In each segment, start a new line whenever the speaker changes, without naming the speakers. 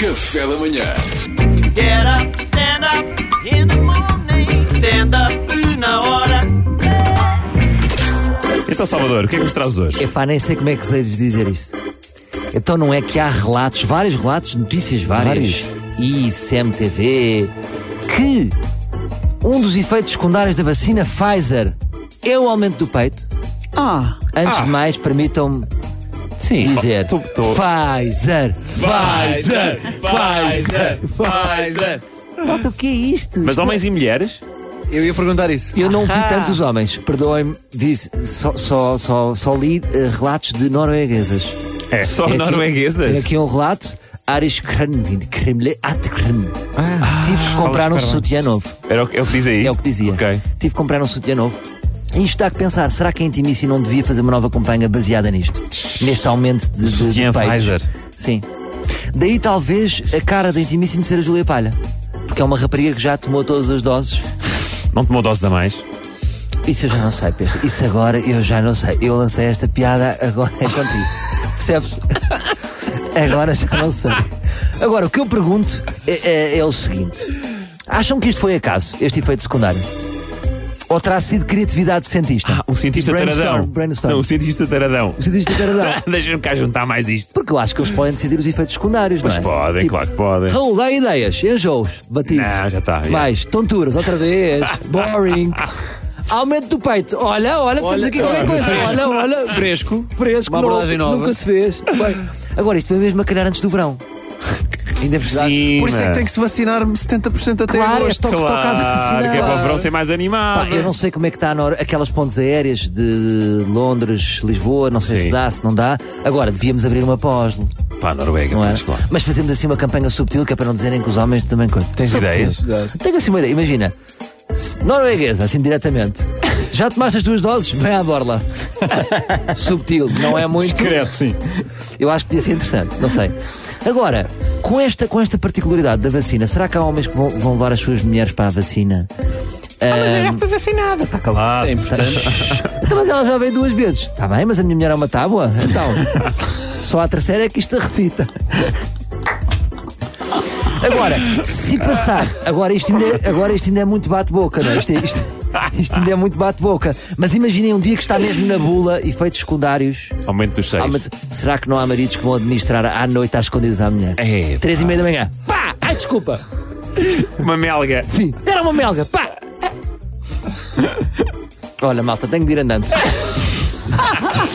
Café da manhã.
Get up, stand up in the morning. Stand up na hora.
Então, Salvador, o que é que nos trazes hoje?
Epá, nem sei como é que deves dizer isso. Então não é que há relatos, vários relatos, notícias várias, e CMTV, que um dos efeitos secundários da vacina Pfizer é o aumento do peito.
Ah,
Antes
Ah.
de mais, permitam-me
Sim.
dizer
Tô, tô...
Pfizer, Pfizer, Pfizer,
Pfizer.
Pronto, o que é isto?
Mas ah. homens e mulheres?
Eu ia perguntar isso.
Eu não vi tantos homens, perdoem-me, vi- só, só, só, só li eh, relatos de norueguesas.
É. Só
aqui- Tem
norueguesas?
aqui um relato. Ares Kranvind, Kremle Atkren.
Ah,
Tive que comprar um sutiã novo.
Era o que, é o que diz aí?
É o que dizia.
Ok.
Tive que comprar um sutiã novo. E isto dá a pensar, será que a Intimissi não devia fazer uma nova campanha baseada nisto? Neste aumento de, de, de
Sutiã
peitos?
Pfizer.
Sim. Daí talvez a cara da Intimíssimo ser a Júlia Palha. Porque é uma rapariga que já tomou todas as doses.
Não tomou doses a mais?
Isso eu já não sei, Pedro. Isso agora eu já não sei. Eu lancei esta piada agora é contigo. Percebes? Agora já não sei. Agora, o que eu pergunto é, é- é o seguinte: acham que isto foi acaso, este efeito secundário? Ou terá sido criatividade de cientista?
Um cientista
Ah, brainstorm,
taradão.
Brainstorm.
Não, um cientista taradão.
O cientista taradão.
Deixa-me cá juntar mais isto.
Porque eu acho que eles podem decidir os efeitos secundários,
Mas
não é?
podem,
Tipo,
claro que podem.
Raul, dá ideias, enjoos, batidos.
Não, já tá, já.
Mais, tonturas, outra vez, boring. Aumento do peito. Olha, olha, temos
Olha,
aqui qualquer
olha,
coisa.
fresco.
Olha, olha.
Fresco.
Fresco,
Uma
novo,
abordagem nova.
Nunca se fez. Bem, agora, isto foi mesmo a calhar antes do verão. Ainda precisar.
Sim,
Por isso é que tem que se vacinar 70% até
Claro,
agosto.
é toque, toque à
Claro, que é para o
vacina.
verão ser mais
Pá,
animado.
eu não sei como é que está na hora- aquelas pontes aéreas de Londres, Lisboa, não sei
Sim.
se dá, se não dá. Agora, devíamos abrir uma pós,
Pá, Noruega,
não é?
pois, claro.
Mas fazemos assim uma campanha subtil que é para não dizerem que os homens também curtem.
Tens
Subtil.
ideias?
Tenho assim uma ideia, imagina. se- Norueguesa, assim diretamente. Já tomaste as duas doses? Vem à borla. Subtil, não é muito.
Discreto, sim.
Eu acho que podia ser interessante, não sei. Agora, com esta, com esta particularidade da vacina, será que há homens que vão, vão levar as suas mulheres para a vacina?
Está calado.
Então, mas ela já veio duas vezes. Está bem, mas a minha mulher é uma tábua? Então, só a terceira é que isto repita. Agora, se passar, agora isto ainda, agora isto ainda é muito bate-boca, não é? Isto, é- isto, isto ainda é muito bate-boca. Mas imaginem um dia que está mesmo na bula, efeitos secundários.
Aumento dos seis.
Ah, mas será que não há maridos que vão administrar à noite às escondidas à mulher?
É,
Três e meia da manhã. Pá! Ai, desculpa!
Uma melga.
Sim, era uma melga! Pá! Olha, malta, tenho de ir andando.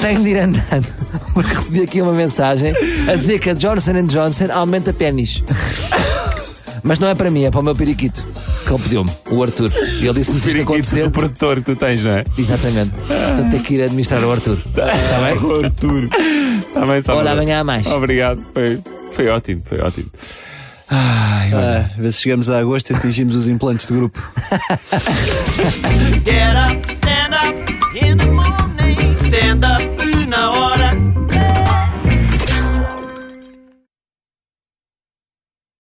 tenho de ir andando. Porque recebi aqui uma mensagem a dizer que a Johnson Johnson aumenta pênis. Mas não é para mim, é para o meu periquito. Que ele pediu-me, o Arthur. E ele disse-me se isto
Periquito
acontecesse.
do produtor que tu tens, não é?
Exatamente. Então tenho que ir administrar o Arthur.
Está bem? Arthur. Está Tá bem, Salvador.
Tá Olha, amanhã há mais.
Obrigado. Foi, foi ótimo, foi ótimo. Ai, olha.
Ah, às vezes chegamos a agosto e atingimos os implantes de grupo.
Get up, stand up